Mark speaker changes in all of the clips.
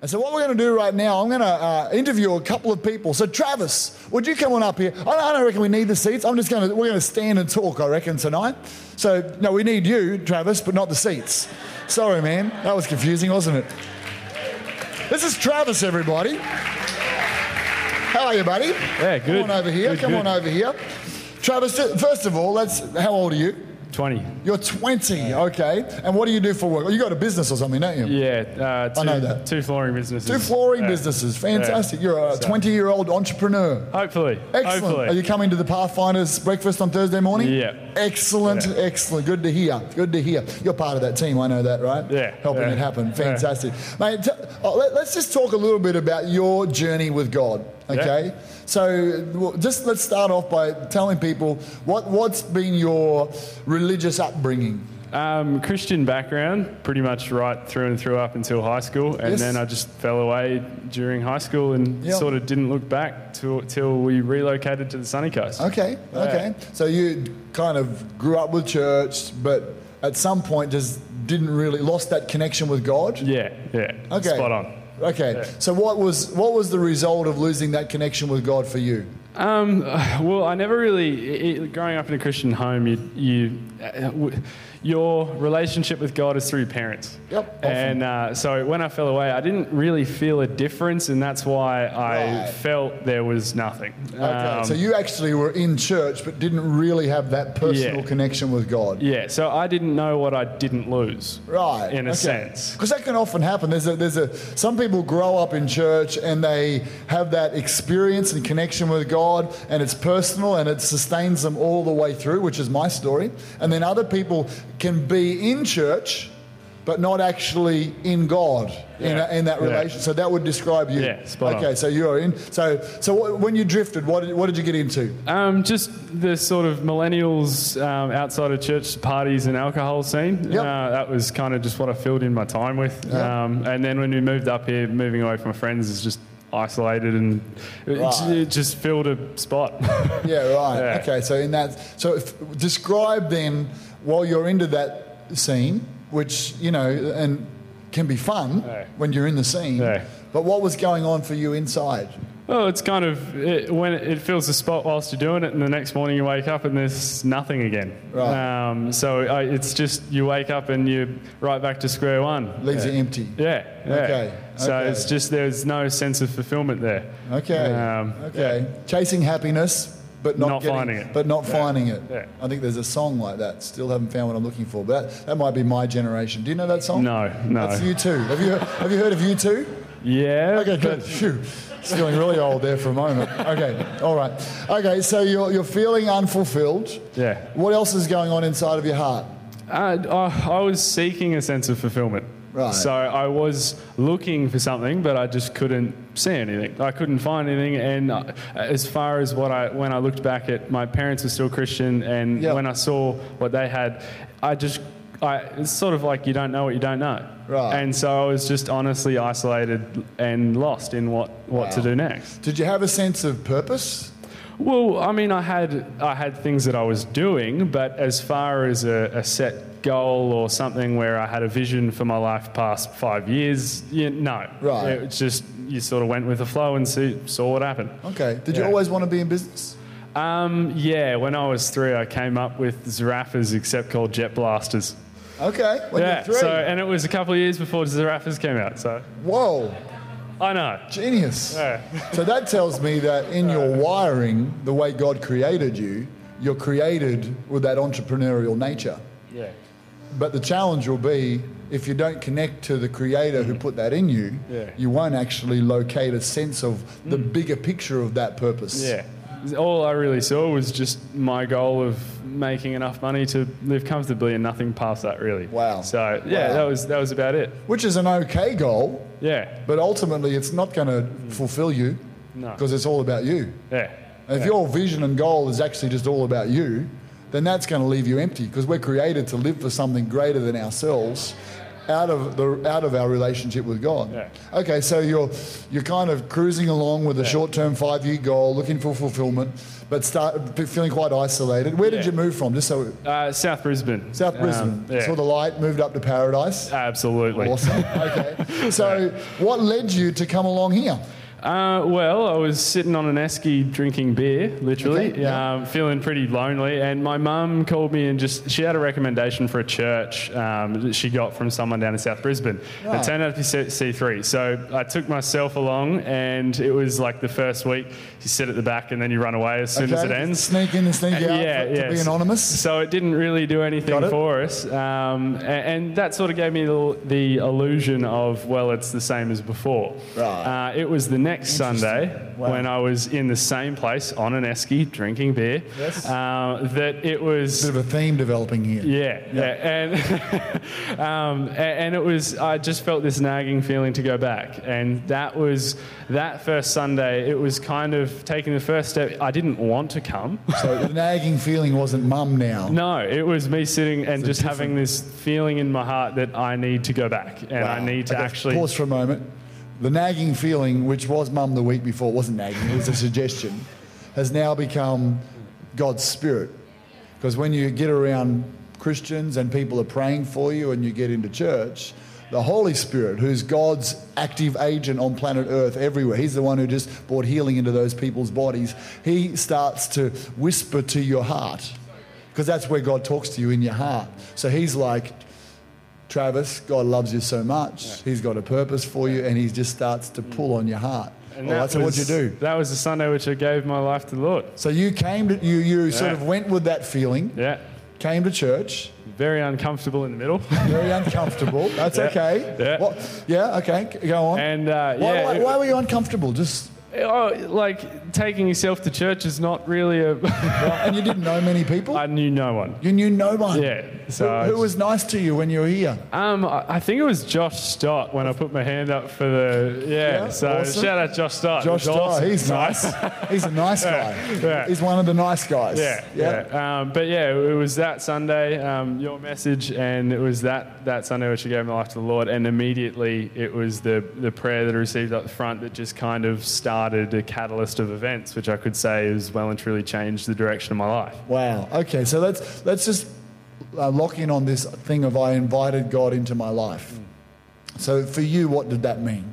Speaker 1: And so, what we're going to do right now, I'm going to uh, interview a couple of people. So, Travis, would you come on up here? I don't, I don't reckon we need the seats. I'm just going to, we're going to stand and talk, I reckon, tonight. So, no, we need you, Travis, but not the seats. Sorry, man. That was confusing, wasn't it? This is Travis, everybody. How are you, buddy?
Speaker 2: Yeah, good.
Speaker 1: Come on over here.
Speaker 2: Good,
Speaker 1: come on
Speaker 2: good.
Speaker 1: over here. Travis, ju- first of all, that's, how old are you?
Speaker 2: 20.
Speaker 1: You're 20,
Speaker 2: Uh,
Speaker 1: okay. And what do you do for work? You got a business or something, don't you?
Speaker 2: Yeah, uh, two,
Speaker 1: I know that.
Speaker 2: two flooring businesses.
Speaker 1: Two flooring
Speaker 2: Yeah.
Speaker 1: businesses. Fantastic. You're a 20 year old entrepreneur.
Speaker 2: Hopefully.
Speaker 1: Excellent.
Speaker 2: Hopefully.
Speaker 1: Are you coming to the Pathfinders breakfast on Thursday morning?
Speaker 2: Yeah.
Speaker 1: Excellent.
Speaker 2: Yeah.
Speaker 1: Excellent. Good to hear. Good to hear. You're part of that team. I know that, right?
Speaker 2: Yeah.
Speaker 1: Helping
Speaker 2: Yeah.
Speaker 1: it happen.
Speaker 2: Yeah.
Speaker 1: Fantastic, mate. T- oh, let, us just talk a little bit about your journey with God. Okay. So well, just let's start off by telling people what what's been your religious upbringing.
Speaker 2: um, Christian background, pretty much right through and through up until high school. And
Speaker 1: Yes.
Speaker 2: then I just fell away during high school and
Speaker 1: Yeah.
Speaker 2: sort of didn't look back till, till we relocated to the sunny coast.
Speaker 1: Okay. Okay. So you kind of grew up with church, but at some point just didn't really lost that connection with God.
Speaker 2: Yeah, yeah.
Speaker 1: Okay.
Speaker 2: Spot on.
Speaker 1: Okay. So what was what was the result of losing that connection with God for you?
Speaker 2: Um, well, I never really. i i growing up in a Christian home, you, you, uh, w- your relationship with God is through parents.
Speaker 1: Yep, often.
Speaker 2: And uh, so when I fell away, I didn't really feel a difference, and that's why I
Speaker 1: Right.
Speaker 2: felt there was nothing.
Speaker 1: Okay.
Speaker 2: Um,
Speaker 1: so you actually were in church but didn't really have that personal
Speaker 2: Yeah.
Speaker 1: connection with God.
Speaker 2: yeah, so I didn't know what I didn't lose.
Speaker 1: Right.
Speaker 2: In a sense.
Speaker 1: Because that can often happen. There's a, there's a, some people grow up in church and they have that experience and connection with God and it's personal and it sustains them all the way through, which is my story. And then other people can be in church but not actually in God in,
Speaker 2: Yeah.
Speaker 1: a, in that
Speaker 2: Yeah.
Speaker 1: relation. So that would describe you.
Speaker 2: Yeah, spot on.
Speaker 1: okay, so you are in. So, so what, when you drifted, what did, what did you get into?
Speaker 2: Um, just the sort of millennials um, outside of church parties and alcohol scene.
Speaker 1: Yep.
Speaker 2: Uh, that was kind of just what I filled in my time with.
Speaker 1: Yeah.
Speaker 2: Um, and then when we moved up here, moving away from my friends is just isolated and it,
Speaker 1: Right.
Speaker 2: it just filled a spot.
Speaker 1: Yeah, right.
Speaker 2: Yeah.
Speaker 1: Okay, so in that, so if, describe then while you're into that scene, which you know, and can be fun
Speaker 2: Yeah.
Speaker 1: when you're in the scene.
Speaker 2: Yeah.
Speaker 1: But what was going on for you inside?
Speaker 2: well, it's kind of it, when it, it fills the spot whilst you're doing it, and the next morning you wake up and there's nothing again.
Speaker 1: Right.
Speaker 2: Um, so I, it's just you wake up and you're right back to square one.
Speaker 1: Leaves you empty.
Speaker 2: Yeah. yeah.
Speaker 1: Okay,
Speaker 2: So
Speaker 1: okay.
Speaker 2: it's just there's no sense of fulfillment there.
Speaker 1: Okay.
Speaker 2: Um,
Speaker 1: okay. Chasing happiness, but not,
Speaker 2: Not
Speaker 1: getting-
Speaker 2: finding it.
Speaker 1: But not finding it.
Speaker 2: Yeah.
Speaker 1: I think there's a song like that. Still haven't found what I'm looking for. But that, that might be my generation. Do you know that song?
Speaker 2: No, no.
Speaker 1: That's you too. Have you have you heard of you too?
Speaker 2: Yeah.
Speaker 1: Okay, good. Phew. It's feeling really old there for a moment. Okay, all right. Okay, so you're, you're feeling unfulfilled.
Speaker 2: Yeah.
Speaker 1: What else is going on inside of your heart?
Speaker 2: Uh, I, I was seeking a sense of fulfillment.
Speaker 1: Right.
Speaker 2: So I was looking for something, but I just couldn't see anything. I couldn't find anything. And uh, as far as what I, when I looked back at, my parents were still Christian, and
Speaker 1: Yep.
Speaker 2: when I saw what they had, I just, I, it's sort of like you don't know what you don't know.
Speaker 1: Right.
Speaker 2: And so I was just honestly isolated and lost in what, what to
Speaker 1: Wow.
Speaker 2: do next.
Speaker 1: Did you have a sense of purpose?
Speaker 2: Well, I mean, I had I had things that I was doing, but as far as a, a set goal or something where I had a vision for my life past five years, you, no,
Speaker 1: Right.
Speaker 2: It was just you sort of went with the flow and see, saw what happened.
Speaker 1: Okay. Did you
Speaker 2: Yeah.
Speaker 1: always want to be in business?
Speaker 2: Um, yeah, when I was three, I came up with Zarafas, except called Jet Blasters.
Speaker 1: Okay. When
Speaker 2: yeah,
Speaker 1: you're three.
Speaker 2: so and it was a couple of years before Zarafas came out, so
Speaker 1: Whoa,
Speaker 2: I know.
Speaker 1: genius.
Speaker 2: Yeah.
Speaker 1: So that tells me that in your wiring, the way God created you, you're created with that entrepreneurial nature.
Speaker 2: Yeah.
Speaker 1: But the challenge will be if you don't connect to the creator who put that in you,
Speaker 2: Mm. Yeah. Mm.
Speaker 1: you won't actually locate a sense of the bigger picture of that purpose.
Speaker 2: Yeah. All I really saw was just my goal of making enough money to live comfortably and nothing past that really.
Speaker 1: Wow.
Speaker 2: So yeah,
Speaker 1: Wow.
Speaker 2: that was that was about it.
Speaker 1: Which is an okay goal,
Speaker 2: Yeah.
Speaker 1: but ultimately it's not going to fulfill you
Speaker 2: Mm. No.
Speaker 1: because it's all about you.
Speaker 2: Yeah.
Speaker 1: And if
Speaker 2: Yeah.
Speaker 1: your vision and goal is actually just all about you, then that's going to leave you empty because we're created to live for something greater than ourselves out of the out of our relationship with God.
Speaker 2: Yeah.
Speaker 1: Okay, so you're you're kind of cruising along with a short-term five-year goal, looking for fulfillment, but start feeling quite isolated. Where did
Speaker 2: Yeah.
Speaker 1: you move from? Just so
Speaker 2: Uh, South Brisbane.
Speaker 1: South
Speaker 2: Um,
Speaker 1: Brisbane
Speaker 2: yeah.
Speaker 1: saw the light, moved up to paradise.
Speaker 2: Absolutely.
Speaker 1: Awesome. Okay. So, what led you to come along here?
Speaker 2: Uh, well, I was sitting on an esky drinking beer, literally,
Speaker 1: Okay, yeah.
Speaker 2: um, feeling pretty lonely. And my mum called me and just, she had a recommendation for a church um, that she got from someone down in South Brisbane.
Speaker 1: Right.
Speaker 2: It turned out to be C- C3. So I took myself along, and it was like the first week, you sit at the back and then you run away as soon as it
Speaker 1: Okay,
Speaker 2: ends.
Speaker 1: Sneak in and sneak out
Speaker 2: Yeah,
Speaker 1: to,
Speaker 2: yeah.
Speaker 1: be anonymous.
Speaker 2: So it didn't really do
Speaker 1: Got
Speaker 2: anything
Speaker 1: it.
Speaker 2: for us. Um, a- and, that sort of gave me the, the illusion of, well, it's the same as before.
Speaker 1: Right.
Speaker 2: Uh, it was the next Sunday
Speaker 1: Wow.
Speaker 2: when I was in the same place on an esky drinking beer
Speaker 1: Yes.
Speaker 2: uh, that it was.
Speaker 1: Bit of a theme developing here.
Speaker 2: Yeah, yeah. and um, a- and it was I just felt this nagging feeling to go back, and that was that first Sunday. It was kind of taking the first step. I didn't want to come.
Speaker 1: So the nagging feeling wasn't mum now.
Speaker 2: No, it was me sitting and just having this feeling in my heart that I need to go back and I
Speaker 1: Wow.
Speaker 2: need to
Speaker 1: Okay,
Speaker 2: actually.
Speaker 1: pause for a moment. The nagging feeling, which was mum the week before, wasn't nagging. It was a suggestion, has now become God's spirit. Because when you get around Christians and people are praying for you, and you get into church. The Holy Spirit, who's God's active agent on planet Earth everywhere, He's the one who just brought healing into those people's bodies. He starts to whisper to your heart, because that's where God talks to you in your heart. So He's like, Travis, God loves you so much. He's got a purpose for you, and He just starts to pull on your heart.
Speaker 2: And
Speaker 1: well,
Speaker 2: that
Speaker 1: that's what you
Speaker 2: was-
Speaker 1: do.
Speaker 2: That was the Sunday which I gave my life to the Lord.
Speaker 1: So you came to you. You sort of went with that feeling.
Speaker 2: Yeah,
Speaker 1: Came to church.
Speaker 2: very uncomfortable in the middle.
Speaker 1: Very uncomfortable. That's okay.
Speaker 2: Yeah.
Speaker 1: What- yeah. Okay. c- Go on.
Speaker 2: and uh,
Speaker 1: why,
Speaker 2: yeah,
Speaker 1: why,
Speaker 2: it-
Speaker 1: why were you uncomfortable? Just
Speaker 2: oh, like taking yourself to church is not really a.
Speaker 1: and you didn't know many people.
Speaker 2: I knew no one.
Speaker 1: you knew no one.
Speaker 2: Yeah,
Speaker 1: Who,
Speaker 2: so I
Speaker 1: who
Speaker 2: just-
Speaker 1: was nice to you when you were here?
Speaker 2: Um, I I think it was Josh Stott when I put my hand up for the yeah.
Speaker 1: Yeah,
Speaker 2: so
Speaker 1: awesome.
Speaker 2: shout out Josh Stott.
Speaker 1: Josh
Speaker 2: It was
Speaker 1: Dyer,
Speaker 2: awesome.
Speaker 1: he's nice. he's a nice guy.
Speaker 2: Yeah.
Speaker 1: He's one of the nice guys.
Speaker 2: Yeah, yeah. Um, but yeah, it was that Sunday, um, your message, and it was that, that Sunday which I gave my life to the Lord. And immediately it was the, the prayer that I received up front that just kind of started a catalyst of events, which I could say has well and truly changed the direction of my life.
Speaker 1: Wow. Okay, so let's let's just uh, lock in on this thing of I invited God into my life. So for you, what did that mean?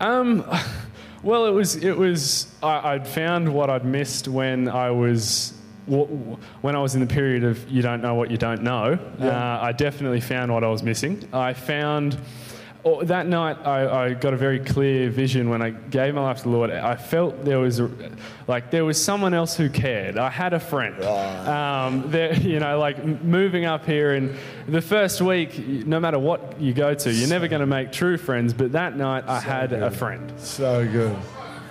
Speaker 2: Um, well, it was it was I, I'd found what I'd missed when I was wh- wh- when I was in the period of you don't know what you don't know.
Speaker 1: Yeah.
Speaker 2: Uh, I definitely found what I was missing. I found. oh, that night, I, I got a very clear vision when I gave my life to the Lord. I felt there was, a, like, there was someone else who cared. I had a friend. Um, there, you know, like m- moving up here, and the first week, y- no matter what you go to, you're never going to make true friends. But that night, I had a friend.
Speaker 1: So good,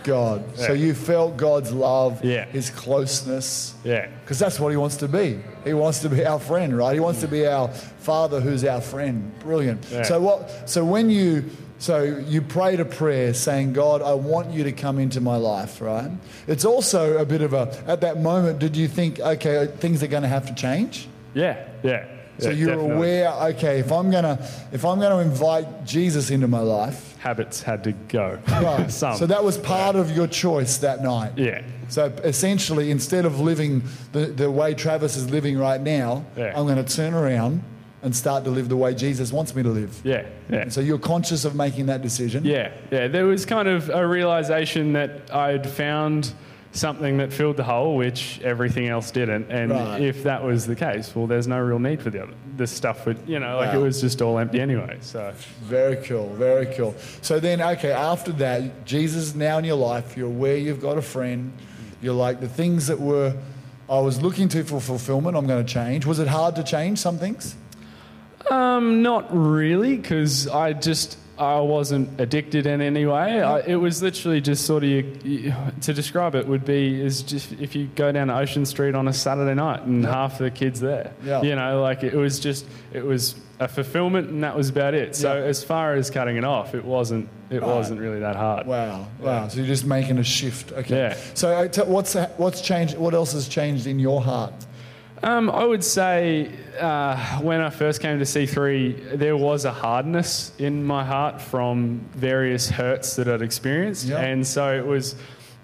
Speaker 1: God. So you felt God's love,
Speaker 2: Yeah.
Speaker 1: His closeness.
Speaker 2: Yeah.
Speaker 1: Because that's what he wants to be. He wants to be our friend, right? He wants to be our father who's our friend. Brilliant.
Speaker 2: Yeah.
Speaker 1: So what so when you so you prayed a prayer saying, God, I want you to come into my life, right? It's also a bit of a at that moment, did you think, okay, things are gonna have to change?
Speaker 2: Yeah. Yeah.
Speaker 1: So
Speaker 2: Yeah,
Speaker 1: you're
Speaker 2: definitely.
Speaker 1: aware, okay, if I'm gonna if I'm gonna invite Jesus into my life,
Speaker 2: Habits had to go.
Speaker 1: right.
Speaker 2: Some.
Speaker 1: so that was part of your choice that night.
Speaker 2: Yeah.
Speaker 1: So essentially, instead of living the, the way Travis is living right now,
Speaker 2: Yeah.
Speaker 1: I'm going to turn around and start to live the way Jesus wants me to live.
Speaker 2: Yeah. Yeah.
Speaker 1: So you're conscious of making that decision.
Speaker 2: Yeah, yeah. There was kind of a realization that I'd found something that filled the hole, which everything else didn't. And
Speaker 1: Right.
Speaker 2: if that was the case, well, there's no real need for the other. This stuff would, you know, like
Speaker 1: Wow.
Speaker 2: it was just all empty anyway. So
Speaker 1: Very cool. Very cool. So then, okay, after that, Jesus is now in your life. You're aware you've got a friend. You're like, the things that were, I was looking to for fulfillment, I'm going to change. Was it hard to change some things?
Speaker 2: Um, not really, because I just I wasn't addicted in any way. I, it was literally just sort of you, you- to describe it would be is just if you go down to Ocean Street on a Saturday night and half the kids there.
Speaker 1: Yeah.
Speaker 2: You know, like it was just it was a fulfillment and that was about it. So
Speaker 1: Yeah.
Speaker 2: as far as cutting it off, it wasn't it wasn't really that hard.
Speaker 1: Wow, wow. So you're just making a shift. Okay.
Speaker 2: Yeah.
Speaker 1: So uh, t- what's, what's changed? What else has changed in your heart?
Speaker 2: Um, I would say uh, when I first came to C3, there was a hardness in my heart from various hurts that I'd experienced.
Speaker 1: Yeah.
Speaker 2: And so it was,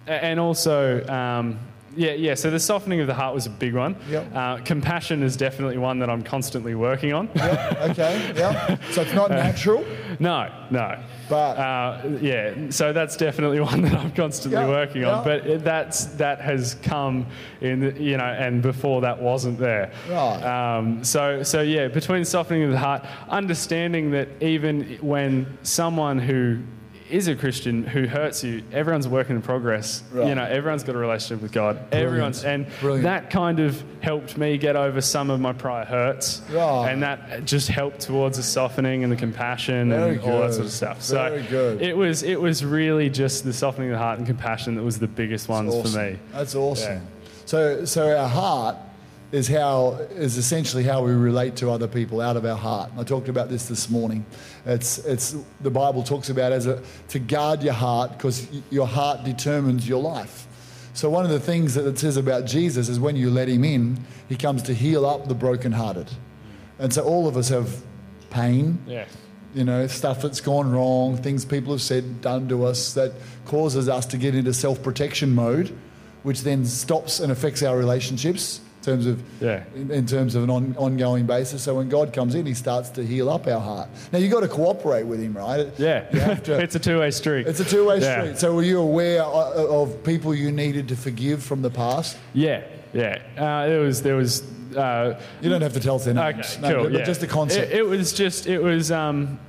Speaker 2: and also, um, yeah, yeah, so the softening of the heart was a big one.
Speaker 1: Yep.
Speaker 2: Uh, compassion is definitely one that I'm constantly working on.
Speaker 1: Okay, yeah. So it's not natural,
Speaker 2: No, no.
Speaker 1: But-
Speaker 2: uh, yeah, so that's definitely one that I'm constantly
Speaker 1: Yeah,
Speaker 2: working
Speaker 1: yeah.
Speaker 2: on. But it- that's that has come in, the, you know, and before that wasn't there.
Speaker 1: Right.
Speaker 2: Um, so so yeah, between softening of the heart, understanding that even when someone who is a Christian who hurts you, everyone's a work in progress.
Speaker 1: Right.
Speaker 2: You know, everyone's got a relationship with God. Everyone's and
Speaker 1: Brilliant.
Speaker 2: that kind of helped me get over some of my prior hurts.
Speaker 1: Right.
Speaker 2: And that just helped towards the softening and the compassion and
Speaker 1: Very
Speaker 2: all
Speaker 1: good.
Speaker 2: that sort of stuff.
Speaker 1: Very
Speaker 2: so
Speaker 1: good.
Speaker 2: it was it was really just the softening of the heart and compassion that was the biggest ones for
Speaker 1: Awesome.
Speaker 2: me.
Speaker 1: That's awesome.
Speaker 2: Yeah.
Speaker 1: So, so our heart is how is essentially how we relate to other people out of our heart. I talked about this this morning. It's it's the Bible talks about as a to guard your heart because your heart determines your life. So one of the things that it says about Jesus is when you let him in, he comes to heal up the brokenhearted. And so all of us have pain
Speaker 2: Yeah.
Speaker 1: you know, stuff that's gone wrong, things people have said, done to us that causes us to get into self protection mode, which then stops and affects our relationships in terms of
Speaker 2: Yeah.
Speaker 1: in, in terms of an on, ongoing basis. So when God comes in, He starts to heal up our heart. Now you've got to cooperate with Him, right?
Speaker 2: Yeah.
Speaker 1: You have to-
Speaker 2: it's a two way street.
Speaker 1: it's a two way
Speaker 2: Yeah.
Speaker 1: street. So were you aware o- of people you needed to forgive from the past?
Speaker 2: Yeah, yeah. Uh, it was there was uh,
Speaker 1: You don't have to tell us their
Speaker 2: Okay,
Speaker 1: names.
Speaker 2: cool.
Speaker 1: but- but
Speaker 2: Uh, yeah.
Speaker 1: just the concept.
Speaker 2: It, it was just it was um,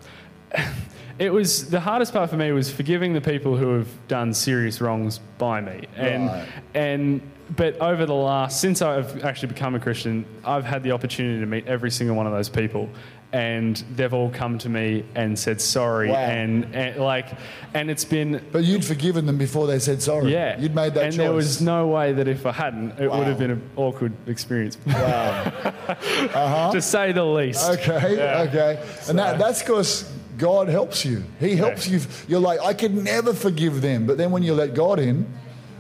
Speaker 2: it was the hardest part for me was forgiving the people who have done serious wrongs by me, and
Speaker 1: Right.
Speaker 2: and but over the last since I've actually become a Christian, I've had the opportunity to meet every single one of those people. And they've all come to me and said sorry,
Speaker 1: Wow.
Speaker 2: and, and like, and it's been
Speaker 1: but you'd forgiven them before they said sorry.
Speaker 2: yeah.
Speaker 1: You'd made that
Speaker 2: and
Speaker 1: choice.
Speaker 2: there was no way that if I hadn't, it
Speaker 1: Wow.
Speaker 2: would have been an awkward experience.
Speaker 1: Uh-huh.
Speaker 2: to say the least.
Speaker 1: Okay, okay. And that, that's because God helps you. He helps you. You're like, I could never forgive them. But then when you let God in,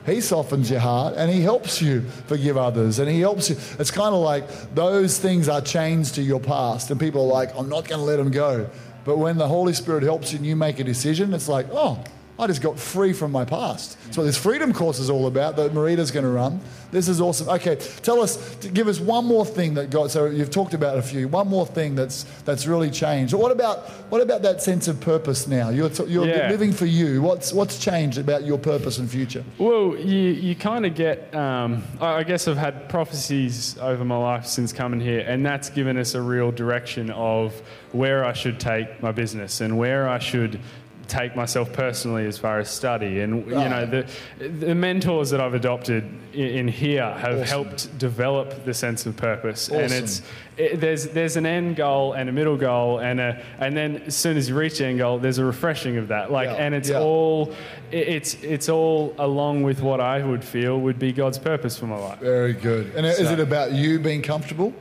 Speaker 1: He softens your heart and He helps you forgive others. And He helps you. It's kind of like those things are chains to your past. And people are like, I'm not going to let them go. But when the Holy Spirit helps you and you make a decision, it's like, oh, I just got free from my past. That's what this freedom course is all about that Marita's going to run. This is awesome. Okay, tell us, to give us one more thing that God. So you've talked about a few. One more thing that's that's really changed. What about what about that sense of purpose now? You're t- you're
Speaker 2: Yeah.
Speaker 1: living for you. What's what's changed about your purpose and future?
Speaker 2: Well, you, you kind of get, um, I I guess I've had prophecies over my life since coming here, and that's given us a real direction of where I should take my business and where I should take myself personally as far as study. And, you know, the, the mentors that I've adopted i- in here have
Speaker 1: Awesome.
Speaker 2: helped develop the sense of purpose. And
Speaker 1: Awesome.
Speaker 2: it's, it, there's there's an end goal and a middle goal and a and then as soon as you reach the end goal, there's a refreshing of that. Like
Speaker 1: Yeah,
Speaker 2: and it's
Speaker 1: yeah.
Speaker 2: all it, it's it's all along with what I would feel would be God's purpose for my life.
Speaker 1: Very good. And is
Speaker 2: So-
Speaker 1: it about you being comfortable?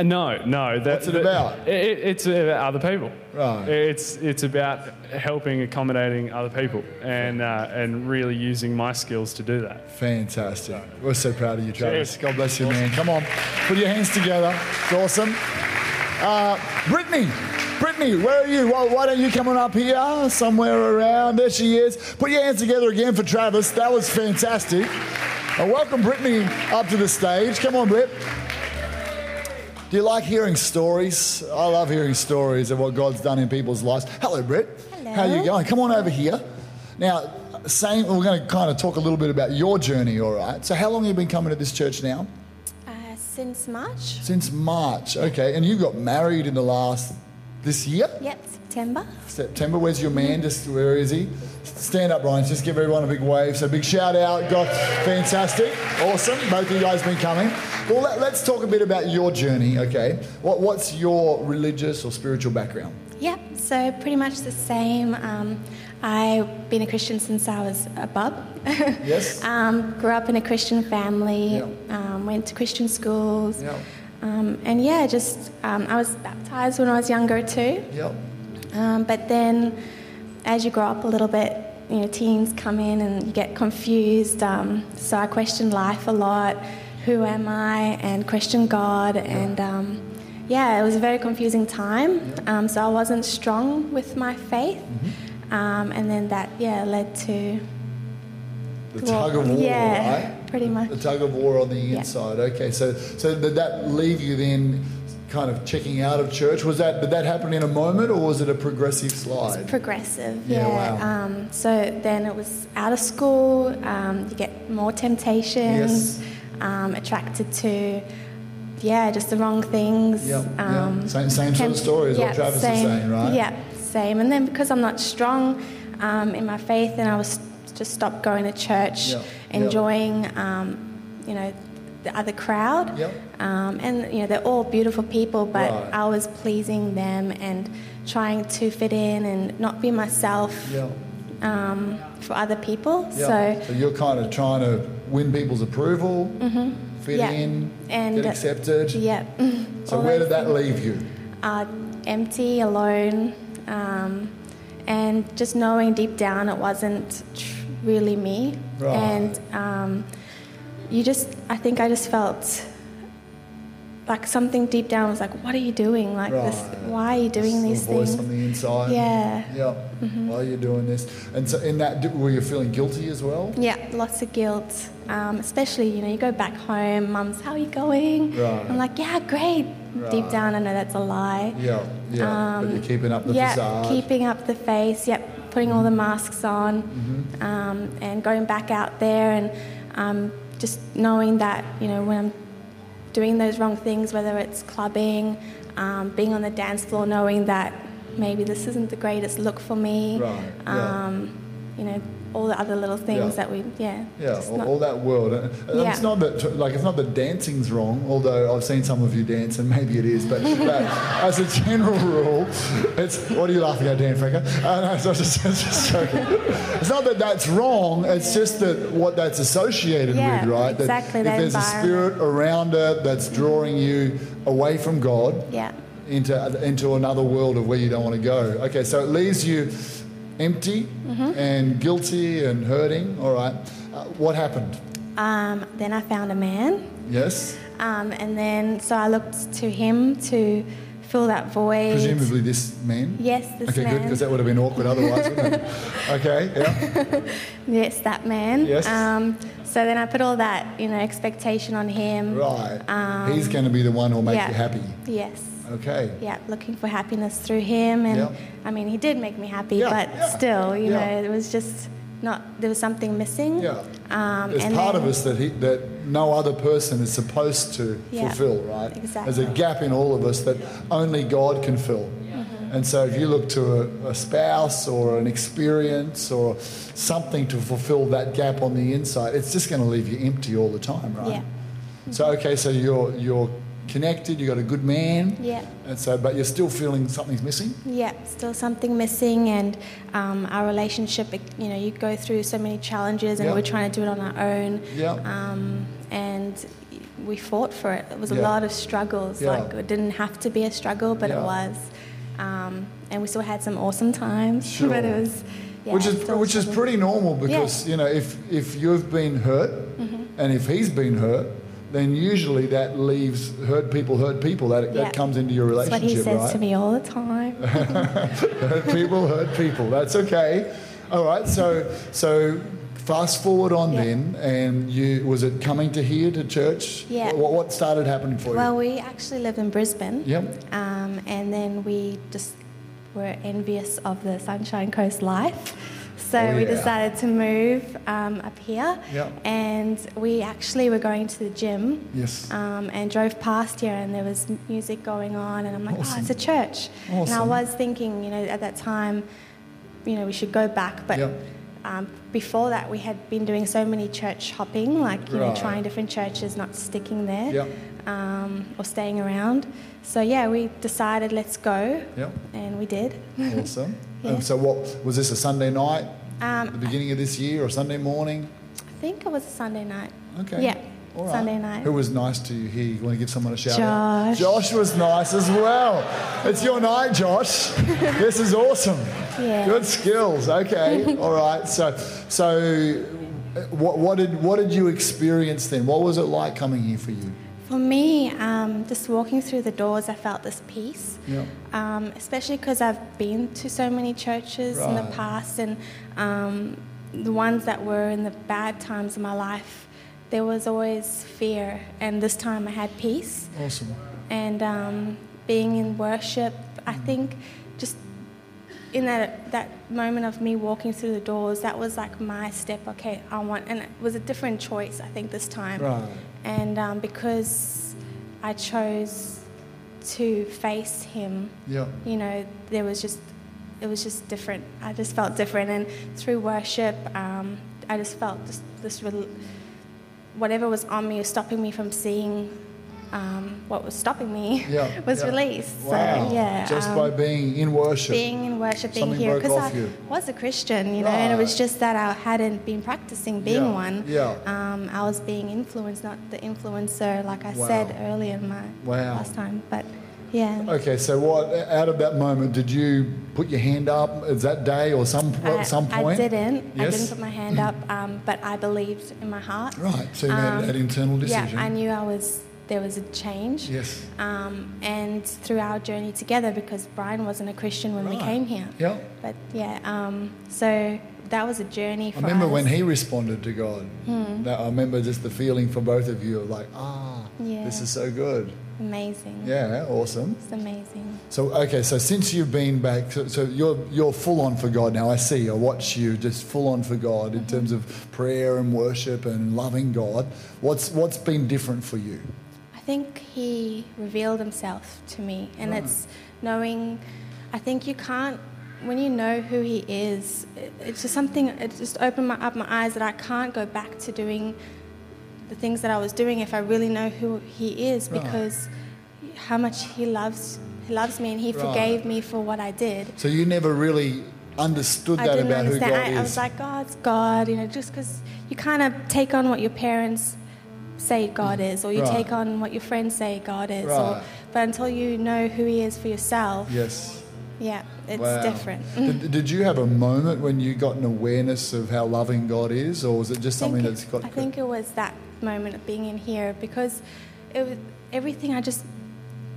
Speaker 2: Uh, No, no. That,
Speaker 1: What's it
Speaker 2: that-
Speaker 1: about?
Speaker 2: It, it- it's about other people.
Speaker 1: Right.
Speaker 2: It's it's about helping accommodating other people and uh, and really using my skills to do that.
Speaker 1: Fantastic. We're so proud of you, Travis.
Speaker 2: Cheers.
Speaker 1: God bless you, man. Come on, put your hands together. It's awesome. Uh, Brittany, Brittany, where are you? Why, why don't you come on up here, somewhere around? There she is. Put your hands together again for Travis. That was fantastic. And welcome Brittany up to the stage. Come on, Britt. Do you like hearing stories? I love hearing stories of what God's done in people's lives. Hello, Brett.
Speaker 3: Hello.
Speaker 1: How you going? Come on over here. Now, same. We're going to kind of talk a little bit about your journey. All right. So, how long have you been coming to this church now?
Speaker 3: Uh, since March?
Speaker 1: Since March. Okay. And you got married in the last this year,
Speaker 3: Yep, September.
Speaker 1: September. Where's your man? Just where is he? Stand up, Ryan. Just give everyone a big wave. So big shout out. Got fantastic, awesome. Both of you guys been coming. Well, let, let's talk a bit about your journey. Okay. What, what's your religious or spiritual background?
Speaker 3: Yep, so pretty much the same. Um, I've been a Christian since I was a bub.
Speaker 1: Yes.
Speaker 3: um, grew up in a Christian family,
Speaker 1: Yeah.
Speaker 3: um, went to Christian schools.
Speaker 1: Yeah.
Speaker 3: Um, and yeah, just um, I was baptized when I was younger too.
Speaker 1: Yep.
Speaker 3: Um, but then, as you grow up a little bit, you know, teens come in and you get confused. Um, so I questioned life a lot, who am I and question God. And um, yeah, it was a very confusing time. Um, so I wasn't strong with my faith. Um, and then that, yeah, led to.
Speaker 1: The
Speaker 3: well,
Speaker 1: tug of war,
Speaker 3: yeah,
Speaker 1: right?
Speaker 3: pretty much.
Speaker 1: The tug of war on the inside. Okay, so so did that leave you then, kind of checking out of church? Was that did that happen in a moment, or was it a progressive slide?
Speaker 3: progressive.
Speaker 1: Yeah,
Speaker 3: Yeah.
Speaker 1: wow.
Speaker 3: um, so then it was out of school. Um, you get more temptations.
Speaker 1: Yes.
Speaker 3: Um, attracted to, yeah, just the wrong things.
Speaker 1: Yeah, yeah.
Speaker 3: Um,
Speaker 1: Same- same sort of story is what Travis is saying, right?
Speaker 3: Yeah, same. And then because I'm not strong um, in my faith, and I was just stopped going to church,
Speaker 1: Yeah, yeah.
Speaker 3: enjoying, um, you know, the other crowd.
Speaker 1: Yep.
Speaker 3: Um, and you know they're all beautiful people, but
Speaker 1: Right.
Speaker 3: I was pleasing them and trying to fit in and not be myself
Speaker 1: yeah.
Speaker 3: um, for other people.
Speaker 1: yeah.
Speaker 3: So
Speaker 1: you're kind of trying to win people's approval, fit
Speaker 3: Mm-hmm. Yeah.
Speaker 1: in,
Speaker 3: And-
Speaker 1: get accepted.
Speaker 3: yeah.
Speaker 1: So
Speaker 3: all
Speaker 1: where
Speaker 3: those
Speaker 1: did that leave you?
Speaker 3: uh, empty, alone, um, and just knowing deep down it wasn't tr- really me.
Speaker 1: Right.
Speaker 3: And um, you just, I think I just felt like something deep down was like, what are you doing? Like this,
Speaker 1: Right.
Speaker 3: why are you doing
Speaker 1: This
Speaker 3: these
Speaker 1: little voice
Speaker 3: things?
Speaker 1: on the inside.
Speaker 3: Yeah. Mm-hmm.
Speaker 1: Yeah. Why are you doing this? And so in that, were you feeling guilty as well?
Speaker 3: Yeah, lots of guilt. Um, especially, you know, you go back home, mum's, how are you going?
Speaker 1: Right.
Speaker 3: I'm like, yeah, great. Deep
Speaker 1: Right.
Speaker 3: down, I know that's a lie.
Speaker 1: Yeah. Yeah. but
Speaker 3: Um,
Speaker 1: you're keeping up the
Speaker 3: yeah,
Speaker 1: facade.
Speaker 3: keeping up the face, yep, putting all the masks on
Speaker 1: Mm-hmm.
Speaker 3: um, and going back out there and um, just knowing that, you know, when I'm doing those wrong things, whether it's clubbing, um, being on the dance floor, knowing that maybe this isn't the greatest look for me,
Speaker 1: Right, yeah.
Speaker 3: um, you know, all the other little
Speaker 1: Yeah.
Speaker 3: things that we, yeah.
Speaker 1: Yeah,
Speaker 3: just
Speaker 1: all,
Speaker 3: not-
Speaker 1: all that world. And and
Speaker 3: Yeah.
Speaker 1: It's not that like it's not that dancing's wrong, although I've seen some of you dance, and maybe it is. But, but as a general rule, it's what are you laughing at, Dan Franco? Uh, no, it's not just, it's just joking. It's not that that's wrong. It's just that what that's associated
Speaker 3: Yeah,
Speaker 1: with, right?
Speaker 3: exactly,
Speaker 1: That
Speaker 3: the
Speaker 1: if there's a
Speaker 3: environment.
Speaker 1: spirit around it that's drawing you away from God,
Speaker 3: yeah,
Speaker 1: into into another world of where you don't want to go. Okay, so it leaves you empty
Speaker 3: Mm-hmm.
Speaker 1: and guilty and hurting. All right, uh, what happened?
Speaker 3: um, then I found a man.
Speaker 1: Yes,
Speaker 3: Um, and then, so I looked to him to fill that void.
Speaker 1: presumably this man.
Speaker 3: Yes, this
Speaker 1: okay, good
Speaker 3: man.
Speaker 1: because that would have been awkward otherwise. wouldn't it? Okay, yeah,
Speaker 3: Yes, that man.
Speaker 1: Yes.
Speaker 3: Um, so then I put all that, you know, expectation on him.
Speaker 1: right.
Speaker 3: Um,
Speaker 1: He's going to be the one who'll make
Speaker 3: yeah.
Speaker 1: you happy.
Speaker 3: Yes.
Speaker 1: Okay.
Speaker 3: Yeah, looking for happiness through him, and
Speaker 1: Yeah.
Speaker 3: I mean, he did make me happy,
Speaker 1: Yeah,
Speaker 3: but
Speaker 1: yeah,
Speaker 3: still, you
Speaker 1: yeah.
Speaker 3: know, it was just not. There was something missing.
Speaker 1: Yeah.
Speaker 3: Um,
Speaker 1: There's
Speaker 3: and
Speaker 1: part
Speaker 3: then-
Speaker 1: of us that he, that no other person is supposed to
Speaker 3: Yeah.
Speaker 1: fulfill, right? There's a
Speaker 3: Exactly.
Speaker 1: gap in all of us that only God can fill.
Speaker 3: Mm-hmm.
Speaker 1: And so if you look to a, a spouse or an experience or something to fulfill that gap on the inside, it's just going to leave you empty all the time, right?
Speaker 3: Yeah. Mm-hmm.
Speaker 1: So okay, so you're you're connected, you got a good man.
Speaker 3: Yeah.
Speaker 1: And so but you're still feeling something's missing?
Speaker 3: Yeah, still something missing, and um, our relationship. it- You know, you go through so many challenges, and
Speaker 1: Yeah.
Speaker 3: we're trying to do it on our own.
Speaker 1: Yeah.
Speaker 3: Um, and we fought for it. It was a
Speaker 1: Yeah.
Speaker 3: lot of struggles.
Speaker 1: Yeah.
Speaker 3: Like it didn't have to be a struggle, but
Speaker 1: Yeah.
Speaker 3: it was. Um, and we still had some awesome times.
Speaker 1: Sure.
Speaker 3: But it was. Yeah,
Speaker 1: which is
Speaker 3: still
Speaker 1: which is
Speaker 3: struggling.
Speaker 1: pretty normal because you know if if you've been hurt
Speaker 3: Mm-hmm.
Speaker 1: and if he's been hurt, then usually that leaves hurt people hurt people. That
Speaker 3: Yeah.
Speaker 1: that comes into your
Speaker 3: That's what he
Speaker 1: relationship,
Speaker 3: says
Speaker 1: right?
Speaker 3: to me all the time.
Speaker 1: hurt people hurt people. That's okay. All right. So so fast forward on
Speaker 3: Yeah.
Speaker 1: then, and you was it coming to here to church?
Speaker 3: Yeah.
Speaker 1: What, what started happening for
Speaker 3: Well, we actually lived in Brisbane.
Speaker 1: you? Yep.
Speaker 3: Um, and then we just were envious of the Sunshine Coast life. So
Speaker 1: Oh,
Speaker 3: we
Speaker 1: yeah.
Speaker 3: decided to move um, up here.
Speaker 1: Yeah.
Speaker 3: And we actually were going to the gym
Speaker 1: Yes.
Speaker 3: um, and drove past here, and there was music going on. And I'm like,
Speaker 1: Awesome.
Speaker 3: oh, it's a church. And I
Speaker 1: Awesome.
Speaker 3: was thinking, you know, at that time, you know, we should go back. But
Speaker 1: Yeah.
Speaker 3: um, before that, we had been doing so many church hopping, like, you
Speaker 1: Right.
Speaker 3: know, trying different churches, not sticking there
Speaker 1: Yep.
Speaker 3: um, or staying around. So yeah, we decided let's go,
Speaker 1: Yep.
Speaker 3: and we did.
Speaker 1: Awesome.
Speaker 3: Yeah.
Speaker 1: And so what was this a Sunday night? at the
Speaker 3: Um,
Speaker 1: beginning of this year or Sunday morning?
Speaker 3: I think it was a Sunday night.
Speaker 1: Okay.
Speaker 3: Yeah,
Speaker 1: All right.
Speaker 3: Sunday night.
Speaker 1: Who was nice to you here? You want to give someone a shout out?
Speaker 3: Josh.
Speaker 1: Josh was nice as well. It's your night, Josh. this is awesome.
Speaker 3: Yeah.
Speaker 1: Good skills. Okay. All right. So, so What, what, did, what did you experience then? What was it like coming here for you?
Speaker 3: For me, um, just walking through the doors, I felt this peace.
Speaker 1: Yeah.
Speaker 3: Um, especially because I've been to so many churches in
Speaker 1: Right.
Speaker 3: the past, and um, the ones that were in the bad times of my life, there was always fear. And this time, I had peace.
Speaker 1: Awesome.
Speaker 3: And um, being in worship, I
Speaker 1: Mm.
Speaker 3: think just in that that moment of me walking through the doors, that was like my step. Okay, I want, and it was a different choice. I think this time
Speaker 1: Right.
Speaker 3: and um, because I chose to face him,
Speaker 1: Yeah.
Speaker 3: you know, there was just it was just different. I just felt different, and through worship, um, I just felt this, this rel- whatever was on me was stopping me from seeing um, what was stopping me
Speaker 1: Yeah,
Speaker 3: was
Speaker 1: yeah.
Speaker 3: released.
Speaker 1: Wow.
Speaker 3: So yeah,
Speaker 1: Just
Speaker 3: um,
Speaker 1: by being in worship.
Speaker 3: being in worship, being
Speaker 1: Something
Speaker 3: here,
Speaker 1: broke
Speaker 3: because I
Speaker 1: off you.
Speaker 3: was a Christian, you know, and it was
Speaker 1: Right.
Speaker 3: just that I hadn't been practicing being
Speaker 1: Yeah,
Speaker 3: one.
Speaker 1: yeah.
Speaker 3: Um, I was being influenced, not the influencer, like I
Speaker 1: Wow.
Speaker 3: said earlier in my
Speaker 1: Wow.
Speaker 3: last time. But yeah,
Speaker 1: Okay, so what out of that moment did you put your hand up? Is that day or some
Speaker 3: I,
Speaker 1: at some
Speaker 3: I
Speaker 1: point?
Speaker 3: didn't. I
Speaker 1: Yes.
Speaker 3: didn't put my hand up, um, but I believed in my heart.
Speaker 1: Right. So you made
Speaker 3: Um,
Speaker 1: that internal decision.
Speaker 3: Yeah, I knew I was. There was a change.
Speaker 1: Yes.
Speaker 3: Um, and through our journey together, because Brian wasn't a Christian when we
Speaker 1: Right.
Speaker 3: came here.
Speaker 1: Yeah.
Speaker 3: But yeah, um, so that was a journey.
Speaker 1: I
Speaker 3: For
Speaker 1: remember
Speaker 3: us. Hmm.
Speaker 1: when he responded to God. That I remember just the feeling for both of you of like, ah,
Speaker 3: Yeah.
Speaker 1: this is so good.
Speaker 3: Amazing.
Speaker 1: Yeah, awesome.
Speaker 3: It's amazing.
Speaker 1: So okay, so since you've been back, so, so you're you're full on for God now. I see. I watch you just full on for God
Speaker 3: Mm-hmm.
Speaker 1: in terms of prayer and worship and loving God. What's what's been different for you?
Speaker 3: I think he revealed himself to me, and it's knowing. I think you can't when you know who he is. It, it's just something. It just opened my, up my eyes that I can't go back to doing the things that I was doing if I really know who he is,
Speaker 1: Right.
Speaker 3: because how much he loves. He loves me, and he
Speaker 1: Right.
Speaker 3: forgave me for what I did.
Speaker 1: So you never really understood
Speaker 3: I
Speaker 1: that
Speaker 3: didn't
Speaker 1: about
Speaker 3: understand.
Speaker 1: who God
Speaker 3: I,
Speaker 1: is.
Speaker 3: I was like, God's God, you know, just because you kind of take on what your parents say God is, or you
Speaker 1: Right.
Speaker 3: take on what your friends say God is,
Speaker 1: Right.
Speaker 3: or, but until you know who He is for yourself,
Speaker 1: yes.
Speaker 3: yeah, it's
Speaker 1: Wow.
Speaker 3: different.
Speaker 1: Did, did you have a moment when you got an awareness of how loving God is, or was it just something
Speaker 3: think
Speaker 1: that's got?
Speaker 3: I think it was that moment of being in here because it was everything I just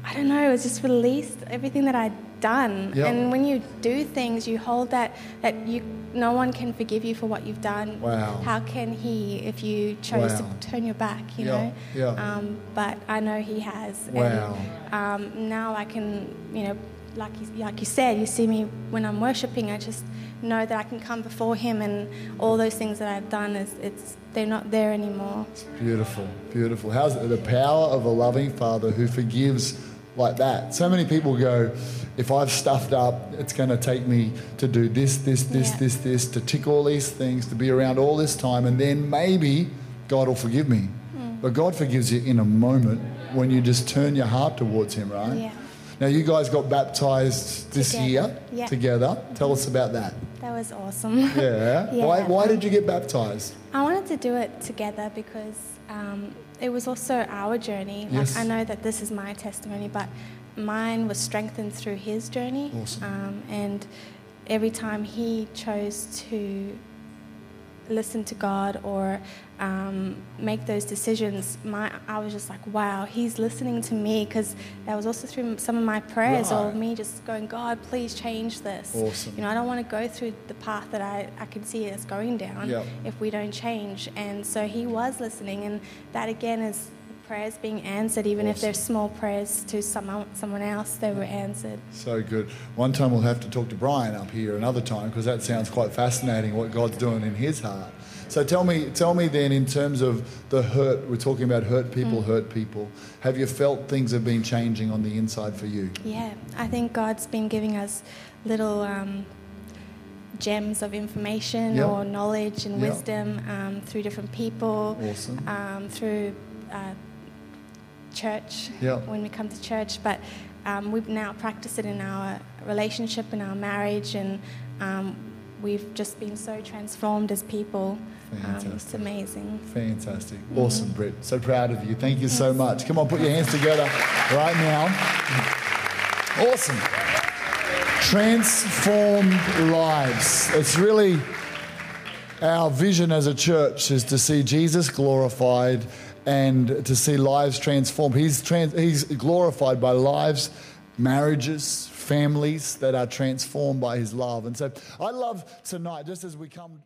Speaker 3: I don't know, it was just released everything that I'd done.
Speaker 1: Yeah.
Speaker 3: And when you do things you hold that that you no one can forgive you for what you've done.
Speaker 1: Wow.
Speaker 3: How can he if you chose
Speaker 1: Wow.
Speaker 3: to turn your back, you
Speaker 1: Yeah,
Speaker 3: know?
Speaker 1: yeah.
Speaker 3: Um, but I know he has.
Speaker 1: Wow.
Speaker 3: And um, now I can, you know, like you, like you said, you see me when I'm worshiping. I just know that I can come before Him, and all those things that I've done is it's they're not there anymore.
Speaker 1: Beautiful, beautiful. How's it? the power of a loving father who forgives like that? So many people go, if I've stuffed up, it's going to take me to do this, this, this,
Speaker 3: Yeah.
Speaker 1: this, this, to tick all these things, to be around all this time, and then maybe God will forgive me.
Speaker 3: Hmm.
Speaker 1: But God forgives you in a moment when you just turn your heart towards Him, right?
Speaker 3: Yeah.
Speaker 1: Now, you guys got baptized this
Speaker 3: Together.
Speaker 1: year
Speaker 3: Yeah.
Speaker 1: together. Tell us about that.
Speaker 3: That was awesome.
Speaker 1: Yeah.
Speaker 3: Yeah.
Speaker 1: Why, why did you get baptized?
Speaker 3: I wanted to do it together because um, it was also our journey. Like
Speaker 1: Yes.
Speaker 3: I know that this is my testimony, but mine was strengthened through his journey.
Speaker 1: Awesome.
Speaker 3: Um, and every time he chose to listen to God or um, make those decisions, my I was just like, wow, he's listening to me because that was also through some of my prayers or
Speaker 1: Right.
Speaker 3: me just going, God, please change this.
Speaker 1: Awesome.
Speaker 3: You know, I don't want to go through the path that I, I can see us going down
Speaker 1: Yep.
Speaker 3: if we don't change. And so he was listening, and that again is prayers being answered, even if they're small prayers to someone someone else, they were answered.
Speaker 1: So good. One time we'll have to talk to Brian up here another time because that sounds quite fascinating what God's doing in his heart. So tell me, tell me then in terms of the hurt, we're talking about hurt people, hurt people. Have you felt things have been changing on the inside for you?
Speaker 3: Yeah, I think God's been giving us little um, gems of information
Speaker 1: Yeah.
Speaker 3: or knowledge and
Speaker 1: Yeah.
Speaker 3: wisdom um, through different people,
Speaker 1: Awesome.
Speaker 3: um, through uh, church
Speaker 1: Yeah.
Speaker 3: when we come to church. But um, we've now practiced it in our relationship, in our marriage, and um, we've just been so transformed as people. Um, it's
Speaker 1: Fantastic.
Speaker 3: amazing.
Speaker 1: Fantastic. Awesome, Britt. So proud of you. Thank you so much. Come on, put your hands together right now. Awesome. Transformed lives. It's really Our vision as a church is to see Jesus glorified and to see lives transformed. He's, trans- he's glorified by lives, marriages, families that are transformed by his love. And so I love tonight, just as we come.